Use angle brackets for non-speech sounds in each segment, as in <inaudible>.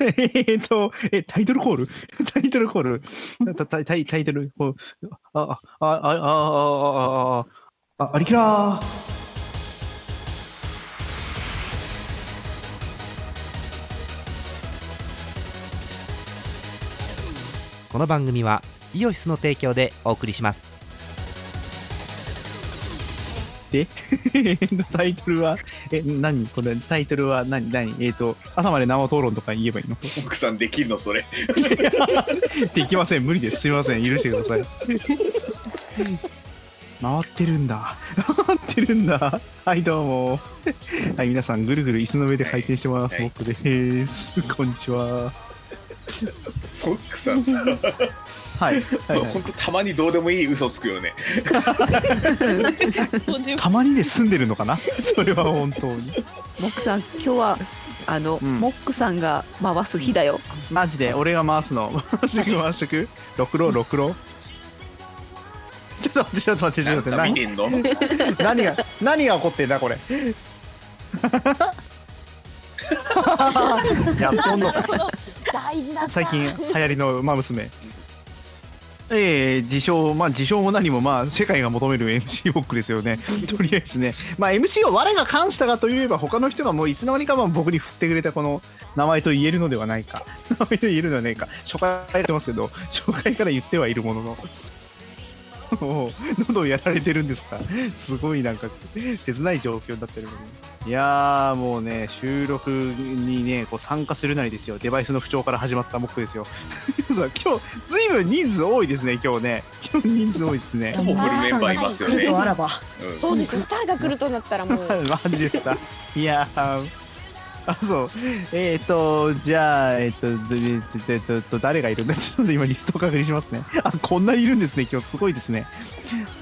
えっと、え、タイトルコールタイトルコールタタタイタイトルコール。あ、あ、あ、あ、あ、あ、あ、あ、あ、ありきらー。この番組はイオシスの提供でお送りしますで、えーとタイトルは、え、何これ、タイトルは何何えっ、と、朝まで生討論とか言えばいいの奥さんできるのそれできません、無理です。すいません、許してください。回ってるんだ。回ってるんだ。はい、どうも。はい、皆さん、ぐるぐる椅子の上で回転してます。はい僕です。こんにちは。奥さんさ、はい。はいはい本当たまにどうでもいい嘘つくよねそうでもたまにで住んでるのか <laughs> なそれは本当に。モックさん、今日は、あの、うんモックさんが回す日だよ。マジで俺が回すの。回してく回してく。ろくろろくろ。ちょっと待ってちょっと待ってちなょんっとか見待っててんの <laughs> 何何が何が起こってんだ <laughs> これ。やっとんのか。大事だった最近流行りの馬娘。えー、自称まあ自称も何もまあ世界が求める MC ボックですよ <laughs> ねとりあえずねまあ MC を我が関したかといえば他の人がもういつの間にかまあ僕に振ってくれたこの名前と言えるのではないか <laughs> 名前と言えるのではないか初回やってますけど初回から言ってはいるものの <laughs> もう喉をやられてるんですか <laughs> すごいなんか切ない状況になってるのにいやーもうね収録にねこう参加するなりですよデバイスの不調から始まった僕ですよ <laughs> そう今日ずいぶん人数多いですね今日ね今日人数多いですねほぼフルメンバーいますよね来るとあらばうんそうですよスターが来るとなったらもうマジですか。いやー、あ、そう。えっ、ー、と、じゃあ、えっ、と、どえっとえっとえっと、誰がいるんだちょっと今リストを確認しますね。あ、こんなにいるんですね。今日すごいですね。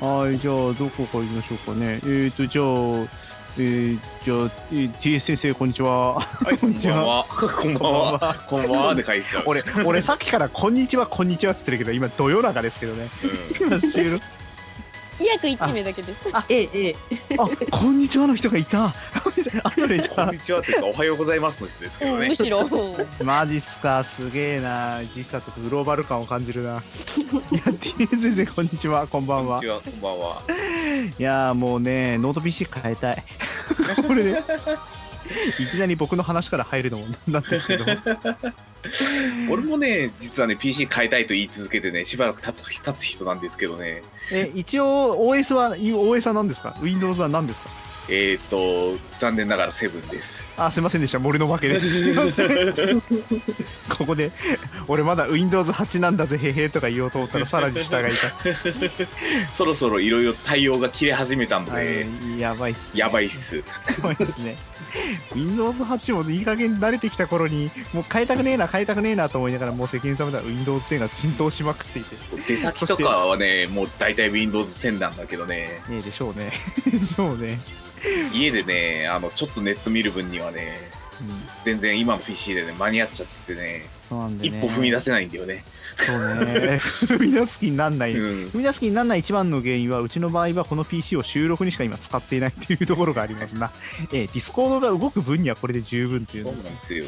はい、じゃあ、どこから行きましょうかね。えっ、ー、と、じゃあ、えー、じゃあ、えー TS 先生、こんにちは。はいこんばんはこんばんはこんばんはで返しちゃう、俺、俺さっきから、こんにちは、こんにちはって言ってるけど、今、ど夜中ですけどね。う今、収録。約1名だけですええ、ええ。あ、こんにちはの人がいた。あのね、じん、こゃあんにちはっていうかおはようございますの人ですけどうんねむしろマジっすか、すげえな、実際とグローバル感を感じるな。いや、TS 先生、こんにちは、こんばこんんにはち。はこんばんはいやー、もうね、ノート PC 変えたい。 <laughs> これね、いきなり僕の話から入るのもなんなんですけど、俺もね実はね PC 変えたいと言い続けてねしばらく経つ経つ人なんですけどねえ一応、OS は、い OS は何ですか ?Windows は何ですかえっ、ー、と残念ながらセブンですあ、すいませんでした、森のわけです。すいません。ここで、俺まだ Windows8 なんだぜ、へへとか言おうと思ったら、さらに下 <laughs> がいそろそろいろいろ対応が切れ始めたのた。はで、いやばいっすね。やばいっす怖いですね。Windows 8もいい加減慣れてきた頃に、もう変えたくねえな、変えたくねえなと思いながら、もう世間様では Windows 10が浸透しまくっていて。出先とかはねもう大体 Windows 10なんだけどねねえでしょうね。でしょうね。家でねあのちょっとネット見る分にはねうん、全然今の PC でね間に合っちゃってねそうなんで一ね。歩踏み出せないんだよねそうね。踏み出す気になんない。うん踏み出す気にならない一番の原因は、うちの場合はこの PC を収録にしか今使っていないというところがありますな。えー、ディスコードが動く分にはこれで十分というそのうがなんですよ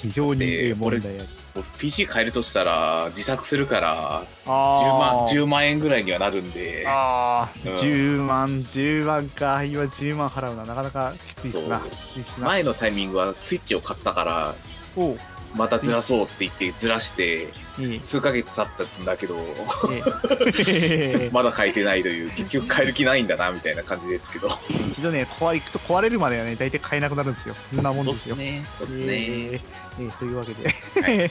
非常にえーえー問題ある。僕 PC 変えるとしたら自作するから10万あー10万円ぐらいにはなるんでああ、うん10万、10万か。今10万払うのはなかなかきついっすな。そうきついっすな。前のタイミングはスイッチを買ったからおうまたずらそうって言ってずらして <laughs> いい。数ヶ月経ったんだけどええまだ変えてないという結局変える気ないんだなみたいな感じですけど一度ね、壊れ行くと壊れるまではね、大体買えなくなるんですよ。そんなもんですよ。ねそうですえねえええというわけで、 <laughs> はい、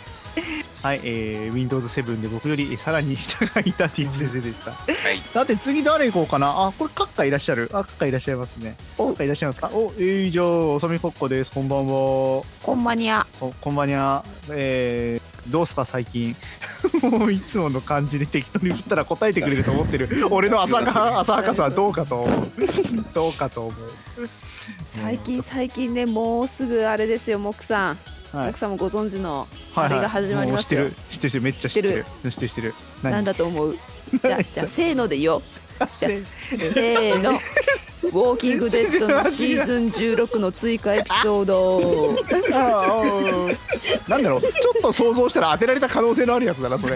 えー Windows 7で僕よりさらに下がいた T 先生でした。はいさて次誰行こうかな。あ、これ、カッカいらっしゃる。あ、カッカいらっしゃいますね。お、カッカいらっしゃいますか。お、えー、じゃあ、おさみカッカです。こんばんは。こんばにゃ。おこんばんは、えー、どうすか最近 <laughs> もういつもの感じで適当に振ったら答えてくれると思ってる俺の浅はか浅はかさはどうかと <laughs> 思うどうかと思う最近、最近ね、もうすぐあれですよ、モックさん。はいモックさんもご存知の、はいあれが始まりますよもう知ってる知ってるめっちゃ知ってる知ってる知ってる何なんだと思う。じゃあ、じゃあ、せーので言おう。せせーの。ウォーキングデッドのシーズン16の追加エピソード。 <laughs> あーおーなんだろうちょっと想像したら当てられた可能性のあるやつだな <laughs> それ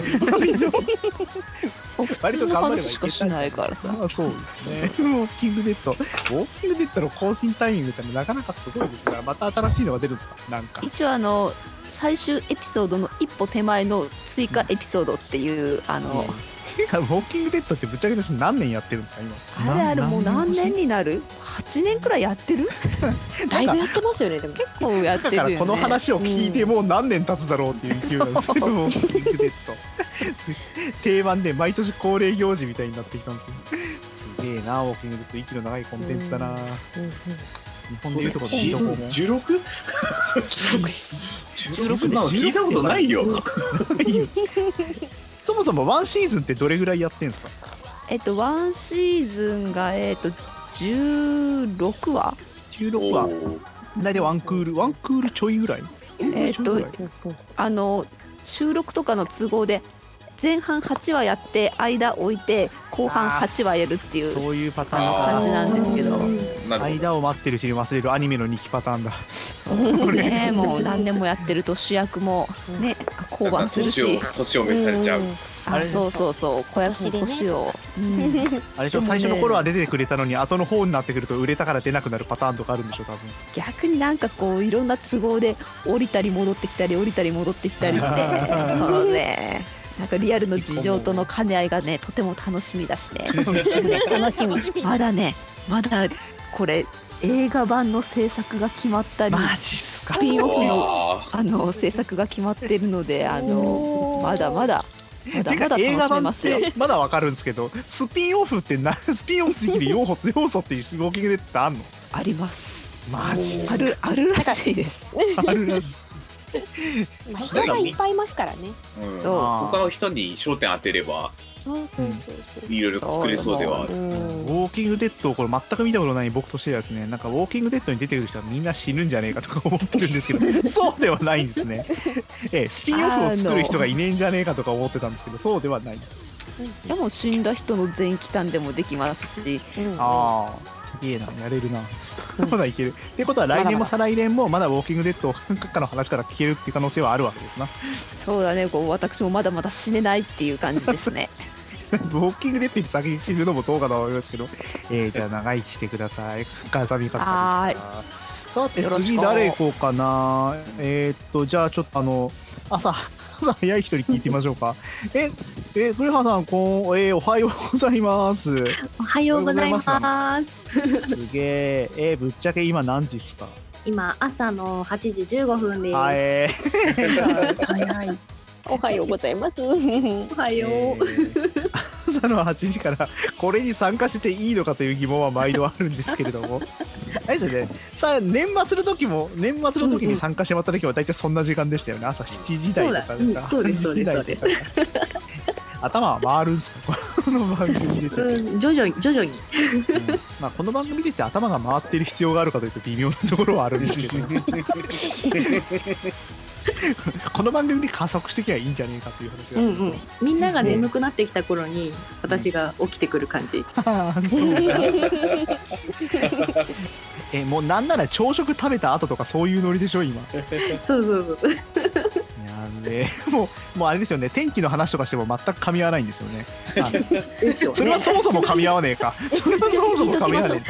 割と普通の話しかしないからさまあそうですねウォーキングデッドウォーキングデッドの更新タイミングってなかなかすごいですがまた新しいのが出るんですかなんか一応あの最終エピソードの一歩手前の追加エピソードっていう <laughs> あの、てかウォーキングデッドってぶっちゃけ私何年やってるんですか今あれあれもう何年にになる ?8 年くらいやってるだいぶやってますよねでも結構やってだかるよ、らね、この話を聞いてもう何年経つだろうっていう勢いなんですよ、うんウォーキングデッド <laughs> 定番で毎年恒例行事みたいになってきたんですけどすげえなウォーキングデッド息の長いコンテンツだな、日本でいうとこシーズン 16? 16そんなの聞いたことないよ。そもそもワンシーズンってどれぐらいやってんですかえっとワンシーズンがえっと16話16話大体ワンクールワンクールちょいぐらいえーっとあの収録とかの都合で前半8話やって間置いて後半8話やるっていうそういうパタあのーン感じかなんですけどなるほど。間を待ってるし忘れるアニメの2期パターンだねもう何年もやってると主役もね降板する年をし年を召されちゃう。あそうそうそう子役の年を、うんあれでしょでも最ね初の頃は出てくれたのに後の方になってくると売れたから出なくなるパターンとかあるんでしょ多分逆になんかこういろんな都合で降りたり戻ってきたり降りたり戻ってきた <laughs> りってそうねなんかリアルの事情との兼ね合いがねとても楽しみだしね楽しみまだねまだこれ映画版の制作が決まったりマジっすかスピンオフのああの制作が決まってるのであのまだまだまてだまかだ楽映画しめ版まっすよ。てまだわかるんですけどスピンオフってなスピンオフできる要素要素っていうウォーキングデッドってあんのあります。マジっすあるあるらしいです。かあるらしいまあ人がいっぱいいますからねーうんそう他の人に焦点当てれ <laughs> ばそうそうそうそういろいろ作れそうではある。うんウォーキングデッドをこれ全く見たことない僕としてはですねなんかウォーキングデッドに出てくる人はみんな死ぬんじゃねえかとか思ってるんですけどそうではないんですね、ええ、スピンオフを作る人がいねえんじゃねえかとか思ってたんですけどそうではないでも死んだ人の全期間でもできますし、うんああすげえなやれるな <laughs> まだいけるってことは来年も再来年もまだウォーキングデッドを <laughs> 閣下の話から聞けるっていう可能性はあるわけですな <laughs> そうだねこう私もまだまだ死ねないっていう感じです <laughs> ね。ウォーキングデッドに先に死ぬのもどうかとは思いますけど、え <laughs> ー、じゃあ長生きしてくださいガサミカはーいさてよろし次く誰行こうかなえー、っとじゃあちょっとあの朝 <laughs> 朝早い人に聞いてみましょう <laughs> かええ栗原さんこん、えーおはようございますおはようございます。おはようごすげええーぶっちゃけ今何時っすか今朝の8時15分です。あえー早い。おはようございます。うんおはよえう。ー朝の8時からこれに参加していいのかという疑問は毎度あるんですけれど <laughs> もあれですよねさあ年末の時も年末の時に参加してもらった時は大体そんな時間でしたよね朝7時台とかそうだうんそうですそうです8時台とか <laughs> 頭は回るんですかこの番組出て、うんうん、徐々に徐々に。まあ、この番組出て頭が回ってる必要があるかというと微妙なところはあるんですけ <laughs> どこの番組で加速してきゃいいんじゃねえかという話があるんですけど、みんなが眠くなってきた頃に私が起きてくる感じ。あーそうか <laughs> えもうなんなら朝食食べた後とかそういうノリでしょ <laughs> 今やそうそうそう。べえもうもうあれですよね天気の話とかしても全く噛み合わないんですよねあ <laughs> ですよそれはね。そもそも噛み合わねえ <laughs> かそれはそもそも噛み合わね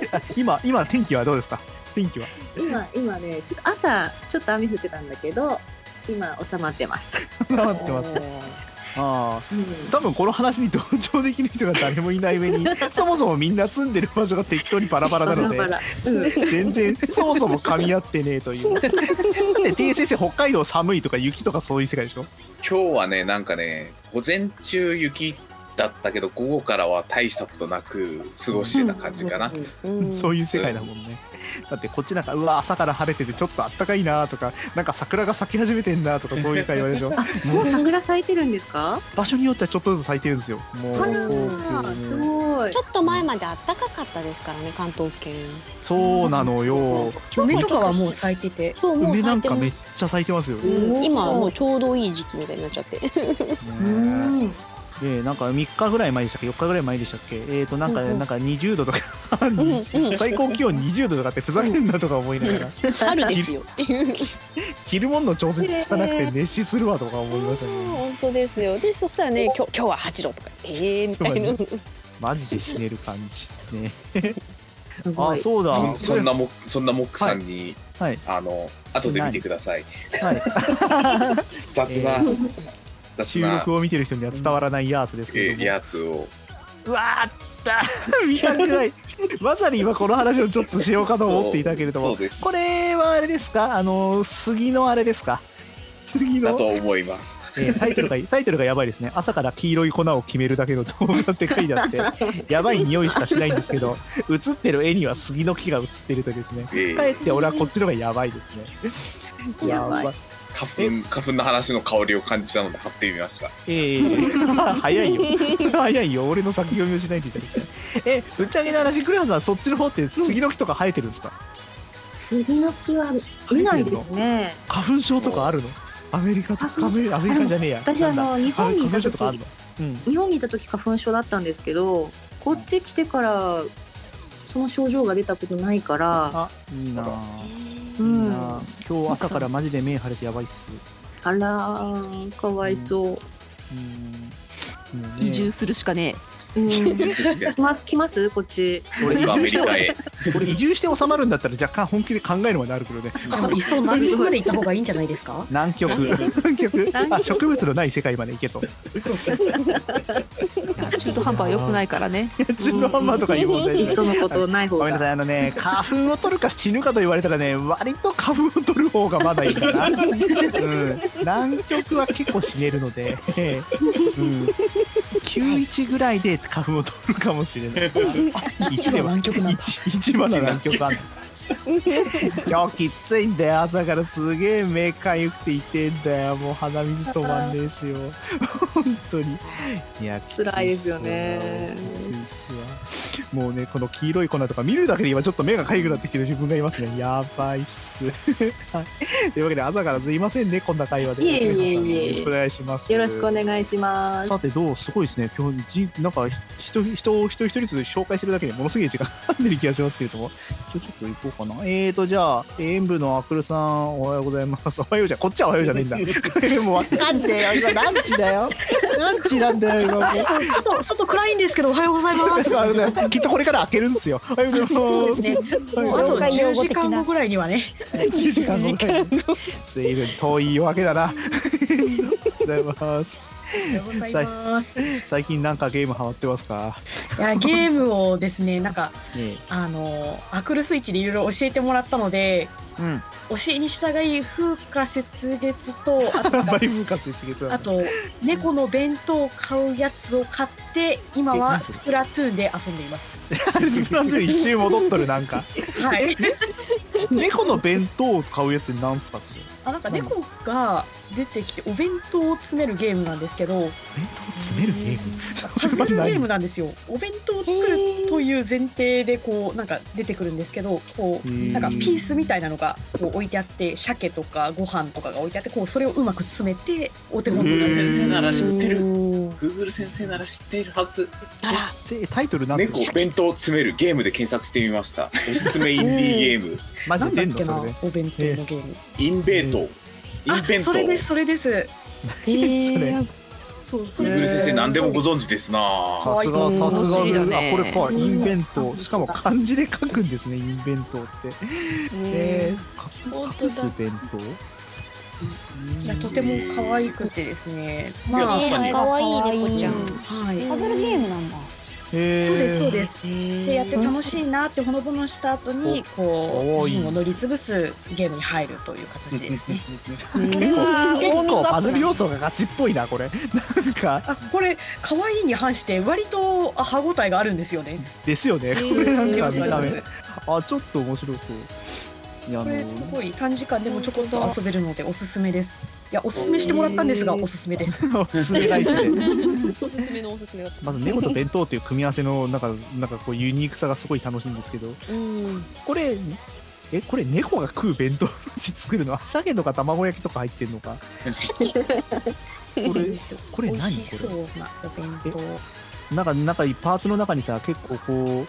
えか今今天気はどうですか天気は今今ね、ちょっと朝ちょっと雨降ってたんだけど、今収まってます。なってますああうん <laughs> 多分この話に同調できる人が誰もいない上にそもそもみんな住んでる場所が適当にバラバラなのでバラバラうん全然そもそも噛み合ってねえという。だってて先生北海道寒いとか雪とかそういう世界でしょ今日はねなんかね午前中雪だったけど午後からは大したことなく過ごしてた感じかな。そういう世界だもんね。だってこっちなんかうわ朝から晴れててちょっとあったかいなとかなんか桜が咲き始めてんなとかそういう会話でしょもう桜咲いてるんですか？場所によってはちょっとずつ咲いてるんですよもうあらこうすごいち。ょっと前まで暖かかったですからね関東圏。そうなのよ梅とかはもう咲いててそうもう梅な咲んいてかまめっす。ちゃ咲いてますよ、ねうん今はもうちょうどいい時期みたいになっちゃって。うん。でなんか3日ぐらい前でしたっけ4日ぐらい前でしたっけえー、となんか、うんうんなんか20度とかうんうん最高気温20度とかってふざけんなとか思いながら春ですよっていう。着るもんの調節さなくて熱視するわとか思いましたね本当ですよでそしたらね今日今日は8度とかええみたいな今マジで死ねる感じねすごあい。そうだそそんなもそんなモックさんに、はいあの後で見てください <laughs> はい雑な、え雑収な録を見てる人には伝わらないやつですけどえーもやつをうわあった見たくない <laughs> まさに今この話をちょっとしようかと思っていたけれどそもうですこれはあれですかあの杉のあれですか杉だのと思いますえータイトルがタイトルがやばいですね朝から黄色い粉を決めるだけの動画って書いて <laughs> あってやばい匂いしかしないんですけど映ってる絵には杉の木が映ってるとですねえかえっーて俺はこっちの方がやばいですねやばい花粉花粉の話の香りを感じたので買ってみましたええ <laughs> 早 <laughs> いよ早いよ俺の先読みをしないといけないえぶっちゃけの話クレハさんそっちの方って杉の木とか生えてるんですか杉の木は見ないですね。花粉症とかあるのアメリカとかアメアメリカじゃねえや私なんだあの日本にいた時花粉症とかあるのうん日本にいた時花粉症だったんですけど、こっち来てからその症状が出たことないから、あいいなあういいん、なあ今日朝からマジで目腫れてやばいっすあらーかわいそう。うんもうね移住するしかねうん、来ます来ますこっち。俺移今アメ住してリカ <laughs> へ <laughs> 俺移住して収まるんだったら若干本気で考えるまであるけどねいっそ南極まで行った方がいいんじゃないですか南極南極南極あ植物のない世界まで行けとそうそうそうえいや中途半端は良くないから <laughs> ね中途半端とかいう問題いじっゃないそのことない方ごめんなさが。いあのね花粉を取るか死ぬかと言われたらね割と花粉を取る方がまだいいかな、うん、南極は結構死ねるので、うん、91ぐらいで花粉を取るかもしれない一番南極なんだ一一番の南極あんの今日きついんだよ朝からすげえ目かゆくて痛えんだよもう鼻水止まんねえしよ本当にいやきつ辛いですよねきついっすわもうねこの黄色い粉とか見るだけで今ちょっと目がかゆくなってきてる自分がいますねやばいっす、 <laughs> はい、というわけで朝からすいませんねこんな会話でいえいえいえよろしくお願いしますよろしくお願いします。さてどうすごいですね今日じなんか人人を一人一人ずつ紹介してるだけでものすげえ時間かかってる気がしますけれどもちょちょっと行こうかなえーとじゃあ演舞のアクルさんおはようございますおはようじゃこっちはおはようじゃねえんだもうわかんねえよ今ランチだよランチなんだよ今もう外外暗いんですけどおはようございますそうあのねきっとこれから開けるんですよおはようございますそうですねもうあと10時間後ぐらいにはね1時間後ぐらい随分遠い夜明けだなありがとうございますおはようございますい最近なんかゲームハマってますか、やゲームをですねなんかねあのアクルスイッチでいろいろ教えてもらったのでうん教えに従い風化雪月とあとあんまり分割ですけどあと猫の弁当を買うやつを買って今はスプラトゥーンで遊んでいます。あれスプラントゥーン一周戻っとるなん <laughs> かはい。猫の弁当を買うやつなんすかそれあなんか猫が出てきてお弁当を詰めるゲームなんですけど弁当詰めるゲーパズルムゲーム <laughs> ムなんですよ。お弁当を作るという前提でこうなんか出てくるんですけどこうななんかピースみたいなのがこう置いてあって鮭とかご飯とかが置いてあってこうそれをうまく詰めてお手本となってるんですよなら知ってるうんグーグル先生なら知っているはずあらタイトルなんです猫お弁当を詰めるゲームで検索してみましたおすすめインディーゲームマなジんでだ出っんのけそなれでお弁当のゲーム。インベート、インベあントそれですそれです。ええそうそグれーグル先生何でもご存知ですなさす可が愛さすいが面白いよルナねこれかインベントしかも漢字で書くんですねインベントってえ本ー当隠だす弁当いやとても可愛くてですね。いやまあ、確かえにかわいい猫ちゃんはい。パズルゲームなんだえーそうですそうです。でやって楽しいなってほのぼのした後にこおういい陣を乗りつぶすゲームに入るという形ですね。結構結構パズル要素がガチっぽいなこれなんかあこれ可愛いに反して割とあ歯応えがあるんですよね。ですよね、ーこれなんあかり見がたとうござ目いまあちょっと面白そういやあこのれすごい短時間でもちょこっと遊べるのでおすすめです。いやおすすめしてもらったんですがおすすめで <laughs> す。すげえ大事でおすすめのおすすめだったまず猫と弁当っていう組み合わせのなんかなんかこうユニークさがすごい楽しいんですけどうんこれえこれ猫が食う弁当の味作るの <laughs> 鮭とか卵焼きとか入ってんのかそれ <laughs> これ <laughs> 美何味しこそうなお弁当。れなんかなんかパーツの中にさ結構こう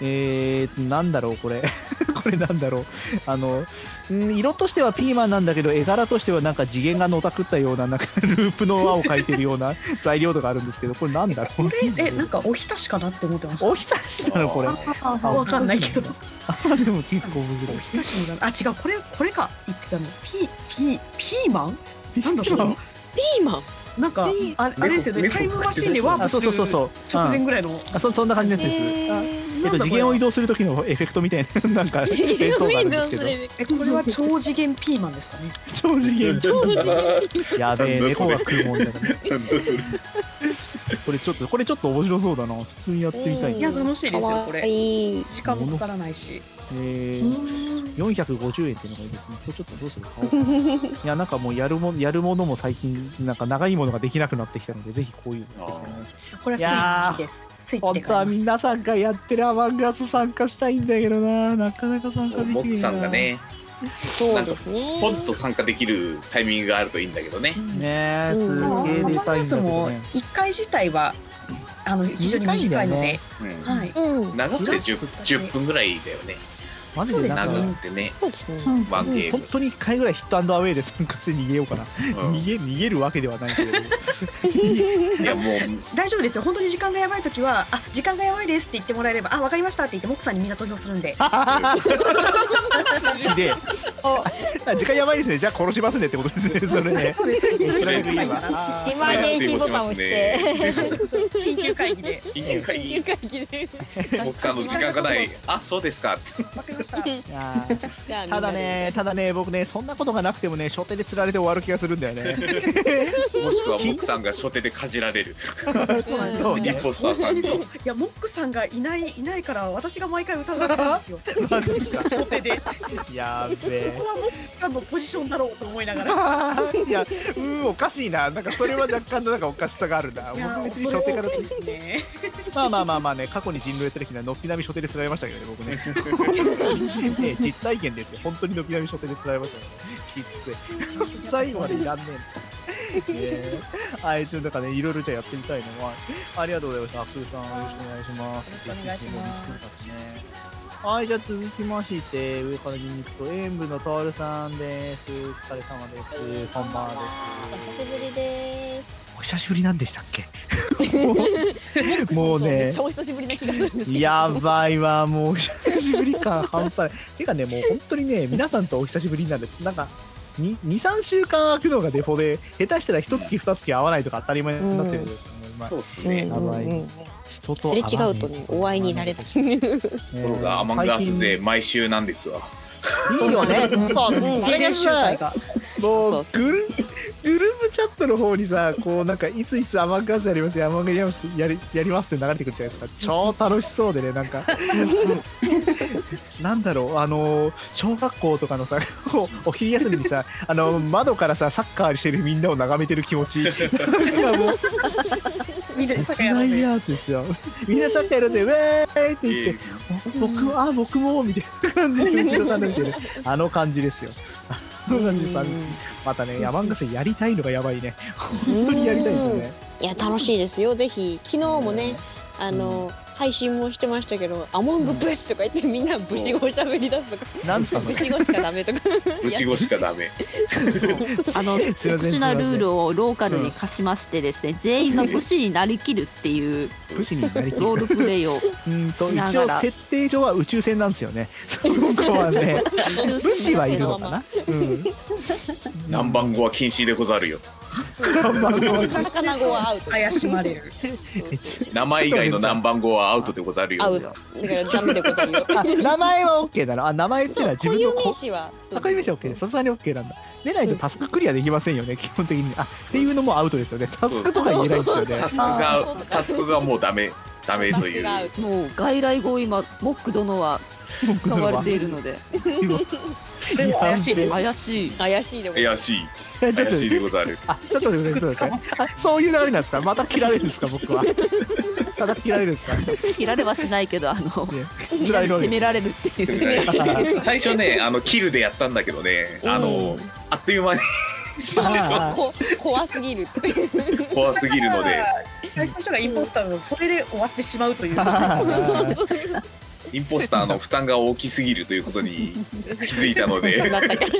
えー、なんだろうこれ <laughs> れなんだろうあのうん色としてはピーマンなんだけど絵柄としてはなんか次元がのたくったようななんかループの輪を描いてるような <laughs> 材料とかあるんですけどこれなんだろうこれえなんかおひたしかなって思ってましたおひたしなのこれあわかんないけどでも結構難おしいひたしのあ違うこれこれか言ってたのピピピーマンなんだろうなピーマンなんかピーあれあれですよね猫タイムマシンでワあープそうすそうるそうそう直前うんぐらいのあそそんな感じのやつです、あえっと、次元を移動する時のエフェクトみたいななんか映像があるんですけどえこれは超次元ピーマンですかね超次元やべえなんだ猫それが食うもんだから <laughs> これちょっとこれちょっと面白そうだな普通にやってみたいいなや楽しいですよこ可愛れい時間もかからないしえー、450円っていうのがいいですねこれちょっとどうするか買おうかいやなんかもうやるもやるものも最近なんか長いものができなくなってきたのでぜひこういうのやっていきたいなこれはスイッチですスイッチ本で当買はいます皆さんがやってるアマンガス参加したいんだけどななかなか参加できなモいックなさんがねそうですねポンと参加できるタイミングがあるといいんだけどねねえすまあげえア出マたいんガスだけどもね一回自体はあの非常に短いのでうんはいうん長くて 10, うん10分ぐらいだよねマジでなんかそうです長ねくてねそうですねワンゲー本ム、当に1回ぐらいヒットアンドアウェイで参加して逃げようかな、うん逃げ逃げるわけではないけどいやもう大丈夫ですよ本当に時間がやばい時はあ時間がやばいですって言ってもらえればあわかりましたって言ってモックさんにみんな投票するんでであ時間やばいですねじゃあ殺しますねってことですねそれねそうですそうですそれで言えばあエマージェンシーボタンを押して緊急会議で緊急会議会議で僕さんの時間がないあそうですかってわかりましたーいやーじゃあみんたなでだねただね僕ねそんなことがなくてもね初手で釣られて終わる気がするんだよねもしくは僕さんが初手でかじられるそうなんですそうよリねポスターさんにそういやモックさんがいないいないから私が毎回歌うだけなんですよマジですか初手でこやーべえこはモックさんのポジションだろうと思いながらあーいやうーおかしいななんかそれは若干のなんかおかしさがあるないや僕別に初手から恐れ多いですねまあまあまあまあね、過去に人狼やった時には、のっきなみ初手で釣られましたけどね、僕 <laughs> ね。ね実体験ですよ。本当にのっきなみ初手で釣られましたからね。きっつい。最後までいらんねえんだ。えー、あいつの中ね、いろいろじゃあやってみたいのは、ありがとうございました。アップルさん、よろしくお願いします。よろしくお願いしますす。はい、じゃあ続きまして、上から順に行くと、演舞のトールさんです。お疲れ様です。こんばんはおです久。しぶりですお久しぶりなんでしたっけもうねめっちゃお久しぶりな気がする <laughs> んですけどやばいわもうお久しぶり感半端ないてかねもう本当に <laughs> ね皆さんとお久しぶりなんでなんか23週間空くのがデフォで下手したら1月2月会わないとか当たり前になってるんですけども、今そうですうんねやばいうんうん人とす会れわな違うとねお会いになれないとところがアマンガース勢毎週なんですわいいよねそう、あれが練習会さがもそううそうグルグループチャットの方にさこうなんかいついつアマンガースやりますよアマンガースやりますやりやりますって流れてくるじゃないですか超楽しそうでねなんか <laughs> なんだろうあの小学校とかのさ <laughs> おお昼休みにさあの窓からさサッカーしてるみんなを眺めてる気持ちなんかもうみんなで切酒やろなういぜやつですよみんなサッカーやるぜウェーイって言って僕はあ僕もみたいな感じで後ろさんなんてねあの感じですよあの感じですあのまたね山ンガスやりたいのがやばいね本当にやりたいんですよねいや楽しいですよぜひ昨日もねあの配信もしてましたけど「アモングブシ」とか言ってみんな武士語をしゃべり出すとかなんですかそ武れ士語しかダメとか武士語しかダメあのすいません特殊なルールをローカルに課しましてですね、全員が武士になりきるっていう武士になりきるロールプレイをうんとしな一が応ら設定上は宇宙船なんですよねそこはね武士はいるのかなうん南蛮語は禁止でござるよ魚語はアウト怪しまれる名前以外の南蛮語はアウトでござるよアウトだからダメでござる <laughs> よあ名前は OK なのあ名前っていうそのはう自固分の有こ名詞はそうそうそうあ固有名詞は OK ですさすがに OK なんだでないとタスククリアできませんよね基本的にあっていうのもアウトですよねタスクとか言えないんですよねタスク <laughs> がタスクがもうダメダメとタスいクうがアウトもう外来語を今モック殿は使われている <laughs> のでこれも怪しいね怪しい怪しいでも怪しいちょっと怪しいでござるあ、ちょっと待ってください。あ、そういう流れなんですか。また切られるんですか、僕は。ただ切られるんですか。切られはしないけどあのねみんな <laughs> 辛にいの責に。められるっ <laughs> ていう最初ねあのキルでやったんだけどねあのあっという間にあーこ怖すぎるっつって怖すぎるので <laughs> 最初の人がインポスターのそれで終わってしまうというあさーインポスターの負担が大きすぎるということに気づいたのそでう <laughs> <laughs> なったから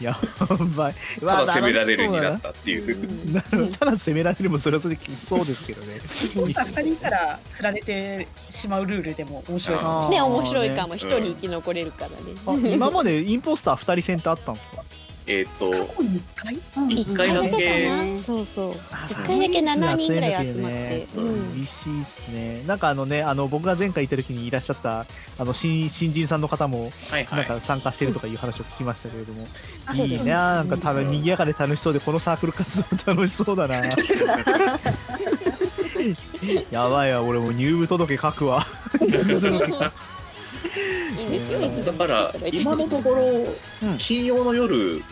やばいたただ責められるになったっていうなるほどただ責められるもそれはそれでそうですけどねポスター2人いたら釣られてしまうルールでも面白いかもあーね面白いかもん一人生き残れるからねあ今までインポスター2人戦ってあったんですかえっと過去に1回、うん一回だけかなそうそう一回だけ7人ぐらい集まってううんん厳しいですねなんかあのねあの僕が前回行った時にいらっしゃったあの新新人さんの方もはいはなんいか参加してるとかいう話を聞きましたけれども、あいいねなんか多う分ん賑やかで楽しそうでこのサークル活動楽しそうだ <laughs> なやばいわ俺もう入部届書くわいいんですよいつでだもか来らていただいて今のとこうんろ金曜の夜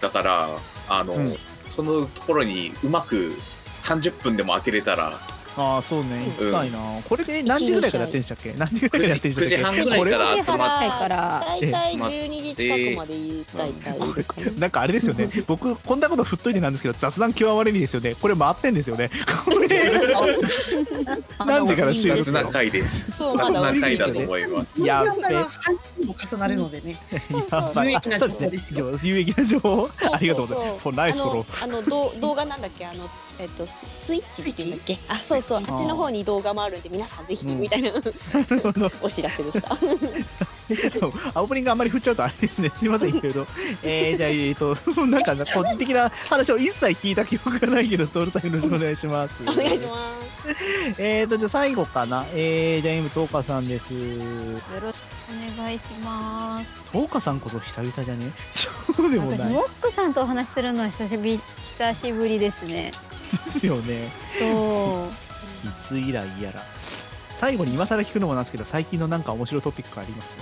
だからあの、うんそのところにうまく30分でも開けれたらああそうね行きたいな、これで何時ぐらいからやってんでしたっけ何時ぐらいからやってんでしたっけ9時半ぐらいから集まっはいから大体12時近くまでいたいたいるかななんかあれですよ <laughs> ね、僕、こんなこと振っといてなんですけど、雑談極まれにですよね、これ回ってんですよ <laughs> ね、これ、何時から収録雑な回ですそうま雑だな終わ回りだでとす思いますもちやっろんべ配信も重なるのでね、そうやそばいう有益な情報ですよあそうね有益な情報、そうそうそうありがとうございます、フォーナイスフォロー。あのあのどう動画なんだっけあのえっとススイッチっていうんだっけあそうそうあっちの方に動画もあるんで皆さんぜひうんみたいなるほどお知らせでし <laughs> たオープニングあんまり振っちゃうとあれですね、すみません、いろいろ。えー、じゃあ、えっと、 <laughs> なんか、個人的な話を一切聞いた記憶がないけど、トールさんよろしくお願いします。おお願いしますす。えーと、じゃあ最後かな。えー、じゃあ、M トーカさんです。よろしくお願いします。トーカさんこそ久々じゃね <laughs> そうでもな私いモックさんとお話しするのは久しぶり久しぶりです <laughs> ね。ですよね。そう。いつ以来やら。最後に今更聞くのもなんですけど、最近のなんか面白いトピックあります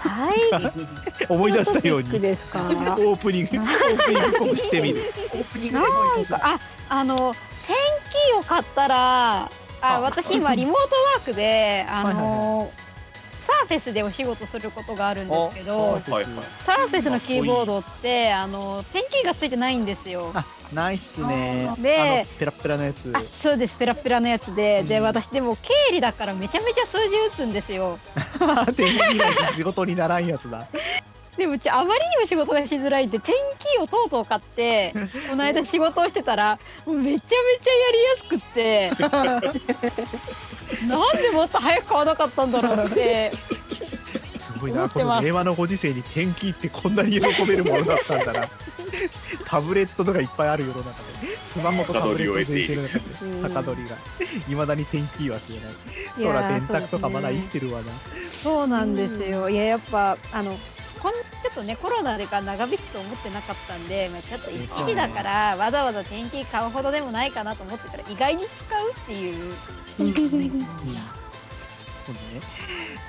はい。 <laughs> 思い出したようトピックに。ですか。オープニング、オープニングっぽくしてみる。オープニングでもいいとかあ、あのペンキを買ったら、ああ、私今リモートワークで、あはいのサーフェスでお仕事することがあるんですけおど、はいはいサーフェスのキーボードってあのペンキがついてないんですよ。あないっすね。であのペラッペラのやつ。あそうですペラペラのやつで、でうん私でも経理だからめちゃめちゃ数字打つんですよ <laughs> って未来仕事にならんやつだ。でもうちあまりにも仕事がしづらいんで天気をとうとう買って <laughs> この間仕事をしてたらもうめちゃめちゃやりやす <laughs> くってなんでもっと早く買わなかったんだろうってすごい思な、っこてますの令和のご時世に天気ってこんなに喜べるものだったんだな。タブレットとかいっぱいある世の中で、スマホとタブレットでいける中で、うん高取りが、いまだに天気は知らない。いほやら、ー電卓とかまだそ生うですきねてるわな。そうなんですよ、いややっぱあのこんちょっとねコロナでが長引くと思ってなかったんで、まあ、ちょっと一時期だからわざわざ天気買うほどでもないかなと思ってたら意外に使うっていうそうね、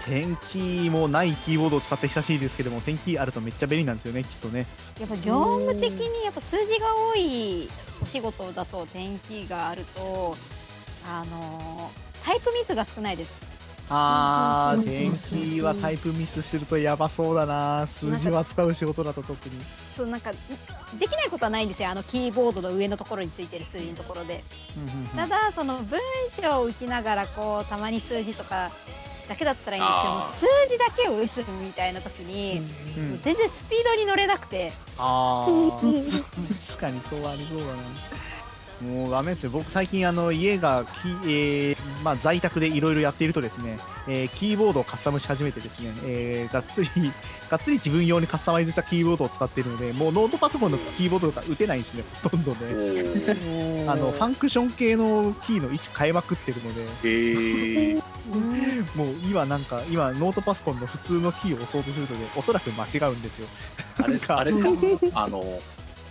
天気もないキーボードを使って久しいですけども、天気あるとめっちゃ便利なんですよね、きっとね。やっぱ業務的にやっぱ数字が多いお仕事だと天気があるとあのータイプミスが少ないですあー、天気はタイプミスしてるとやばそうだな、数字は使う仕事だと特に。そうなんかできないことはないんですよあのキーボードの上のところについてる数字のところでうんうんうんただその文章を打ちながらこうたまに数字とかだけだったらいいんあですけど数字だけを打つみたいな時にうもうん全然スピードに乗れなくてあー確かにそうありそうだなもうダメですよ僕最近あの家がき、えーまあ、在宅でいろいろやっているとですね、えーキーボードをカスタムし始めてですね、えーがっつりがっつり自分用にカスタマイズしたキーボードを使っているのでもうノートパソコンのキーボードとか打てないんですねほとんどおねーあのファンクション系のキーの位置変えまくってるのでえー、もう今なんか今ノートパソコンの普通のキーを押そうとするのでおそらく間違うんですよあれあれかあの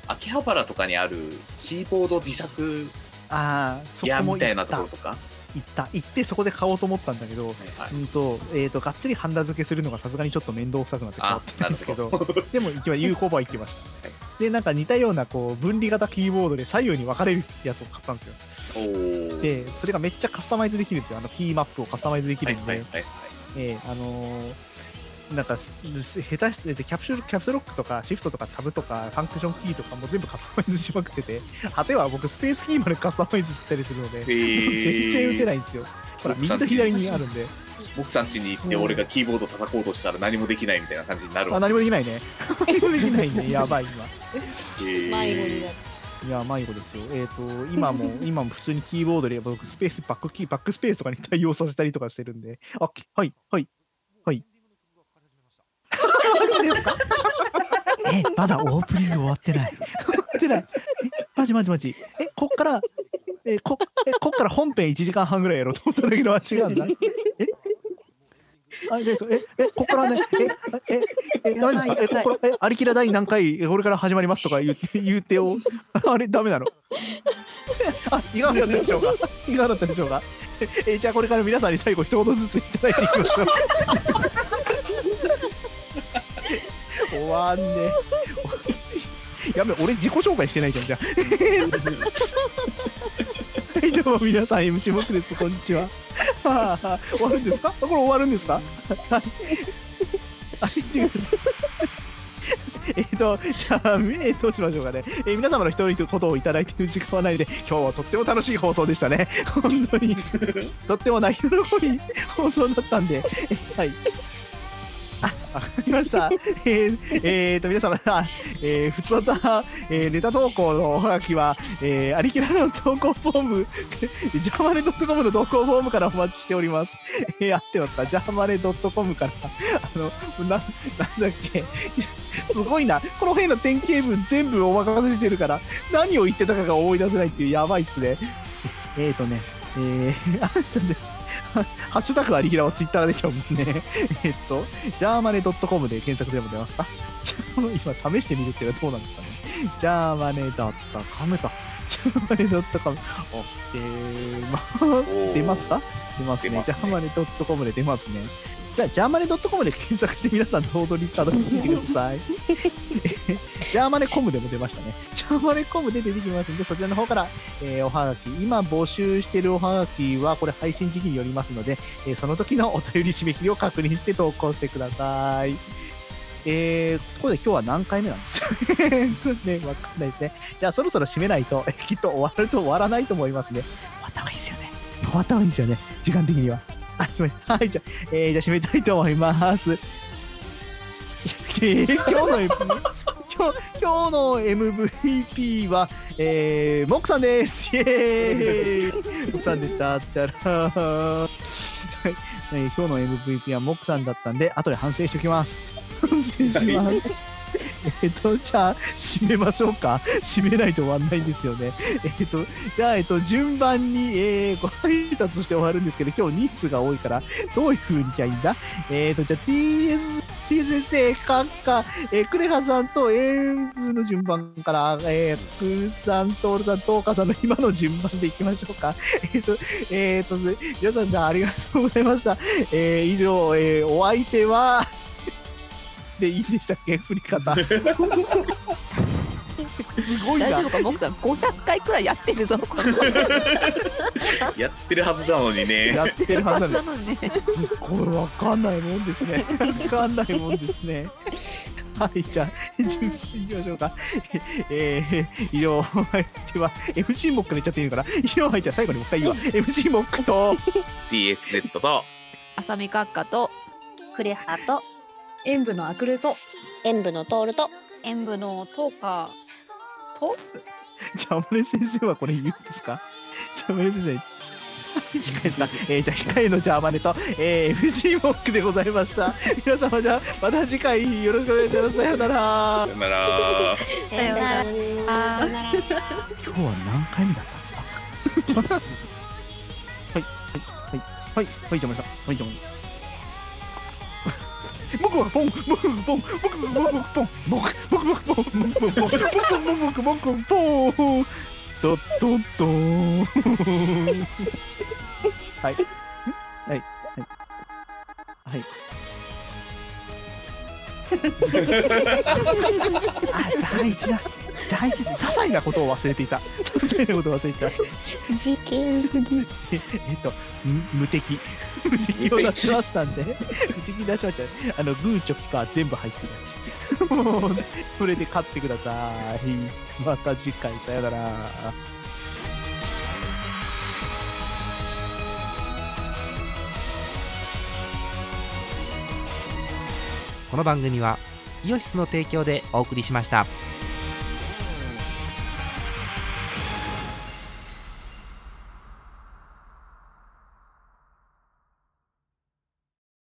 秋葉原とかにあるキーボード自作ああそ屋こも行みたいっなとこたろとか、は行った行ってそこで買おうと思ったんだけど、いはいうんと、えーと、がっつりハンダ付けするのがさすがにちょっと面倒くさくなって変わあってなたんるですけほど、どでも一応有効版行きましたはい。で、なんか似たようなこう分離型キーボードで左右に分かれるやつを買ったんですよ。おーで、それがめっちゃカスタマイズできるんですよ。あのキーマップをカスタマイズできはるいんはいで、はいはいえーあのーなんかす下手してキャプシュルキャプスロックとかシフトとかタブとかファンクションキーとかも全部カスタマイズしまくってて果ては僕スペースキーまでカスタマイズしたりするのでえ全ー然打てないんですよ。ほ <laughs> ら右と左にあるんで僕さん家に行って俺がキーボード叩こうとしたら何もできないみたいな感じになるあわ何もできないね何もできないね <laughs> やばい今けへー迷子になるいや迷子ですよえっ、と今 <laughs> も今も普通にキーボードで僕スペースバックキーバックスペースとかに対応させたりとかしてるんであきはいはいはい <laughs> マジですかえまだオープニング終わってない終わってないえマジマジマジえこっからえこえこっから本編1時間半ぐらいやろうと思ったんだけどあ違うんだえあじゃあそうええこっからねええええダメですかえこっからえアリキラ第何回えこれから始まりますとか言って言うてをあれダメなのあいかがだったでしょうかいかがだったでしょうかえじゃあこれから皆さんに最後一言ずついただいていきましょう終わんねやべ俺自己紹介してないじゃんじゃあはいどうも皆さん MC 僕ですこんにちははあはあ終わるんですかこれ終わるんですかはいはいということでえっと、じゃあ、えーどうしましょうかね。えー皆様の一人のことをいただいている時間はないので、今日はとっても楽しい放送でしたね。本当に、とっても泣き喜び放送だったんで、えーはい。あ、わかりました。えーえーと、皆様、えー、ふつおた、えーネタ投稿のおはがきは、えー、ありきらの投稿フォーム、 <laughs> ジャーマネ .com の投稿フォームからお待ちしております。えー、合ってますかジャーマネ .com から、あの、な、なんだっけ、 <laughs> すごいな。この辺の典型文全部お任せしてるから、何を言ってたかが思い出せないっていう、やばいっすね。えーとね、えー、あ、 <laughs> ちょっとね、はハッシュタグありひらはツイッターでしょうもんね。えっと、ジャーマネ .com で検索でも出ますかジャー今試してみるっていうのはどうなんですかね。ジャーマネ .com と。ジャーマネ .com。お、えー、ま、 <laughs> 出ますか出ます出ね。ますジねャーマネ .com で出ますね。じゃあ、ジャーマネ .com で検索して皆さん、頭取にたどり着いてくだ <laughs> さい。ジャーマネコムでも出ましたね。ジャーマネコムで出てきますんで、そちらの方から、えーおはがき、今募集してるおはがきは、これ配信時期によりますので、えーその時のお便り締め切りを確認して投稿してください。えー、ところで今日は何回目なんですか <laughs> ね、わかんないですね。じゃあそろそろ締めないと、えきっと終わると終わらないと思いますね。終わった方がいいですよね。終わった方がいいですよね。時間的には。あ、すいませんはい、じゃあ、えー、じゃあ締めたいと思います。えー今日の MVP 今日今日の MVP は、えー、モックさんです。イエーイモックさんでした。チャラーンはいえー今日の MVP はモックさんだったんで、後で反省しておきます。反省します。えっと、じゃあ、締めましょうか。締めないと終わんないんですよね。えっと、じゃあ、えっと、順番に、えー、ご挨拶をして終わるんですけど、今日人数が多いから、どういう風にきゃいいんだえっと、じゃあ、TS、t 先生、カッカ、えー、クレハさんと演舞の順番から、えー、クーさん、トールさん、トーカさんの今の順番でいきましょうか。 <laughs> えっと、えー、と、皆さん、じゃあ、ありがとうございました。えー、以上、えー、お相手は、 <laughs> でいいんでしたっけ振り <laughs> 方。すごい大な丈。夫かモクさん500回くらいやって <laughs> るぞこのやってるはずなのにねやってるは <laughs> ずなんでなのねす。これわかんないもんですね。わかんないもんですね。はい、じゃあ、準備いきましょうか。えー、以上、お相手は、FC モックで言っちゃっていいのかな以上、お相手は最後にもう一回言うわ。FC モックと、 DSZ と浅見閣下とクレハと演舞のアクルと演舞のトールと演舞のトーカーとジャマネ先生はこれ言うんですかジャマネ先生。いいですかえー、じゃあ控えのジャーマネと、えー、FC モックでございました皆様じゃあまた次回よろしくお願いしますさようならさよならさよならさよなら今日は何回目だったんですかはいはいはいはいはいじゃあ森さんはいじゃあ森さん僕はポン僕はポン僕はポン僕はポン僕僕僕僕僕僕僕僕僕僕僕ポンドッドッドーンはいはいはいはいあ大事な大事な些細なことを忘れていた <laughs> 些細なことを忘れていた事件すぎるええっと、む無敵。 <laughs> 無敵を出しましたんで、無敵出しました。あの、グーチョキパー全部入ってるやつ。 <laughs> もう、それで勝ってください。また次回、さよなら。この番組はイオシスの提供でお送りしました。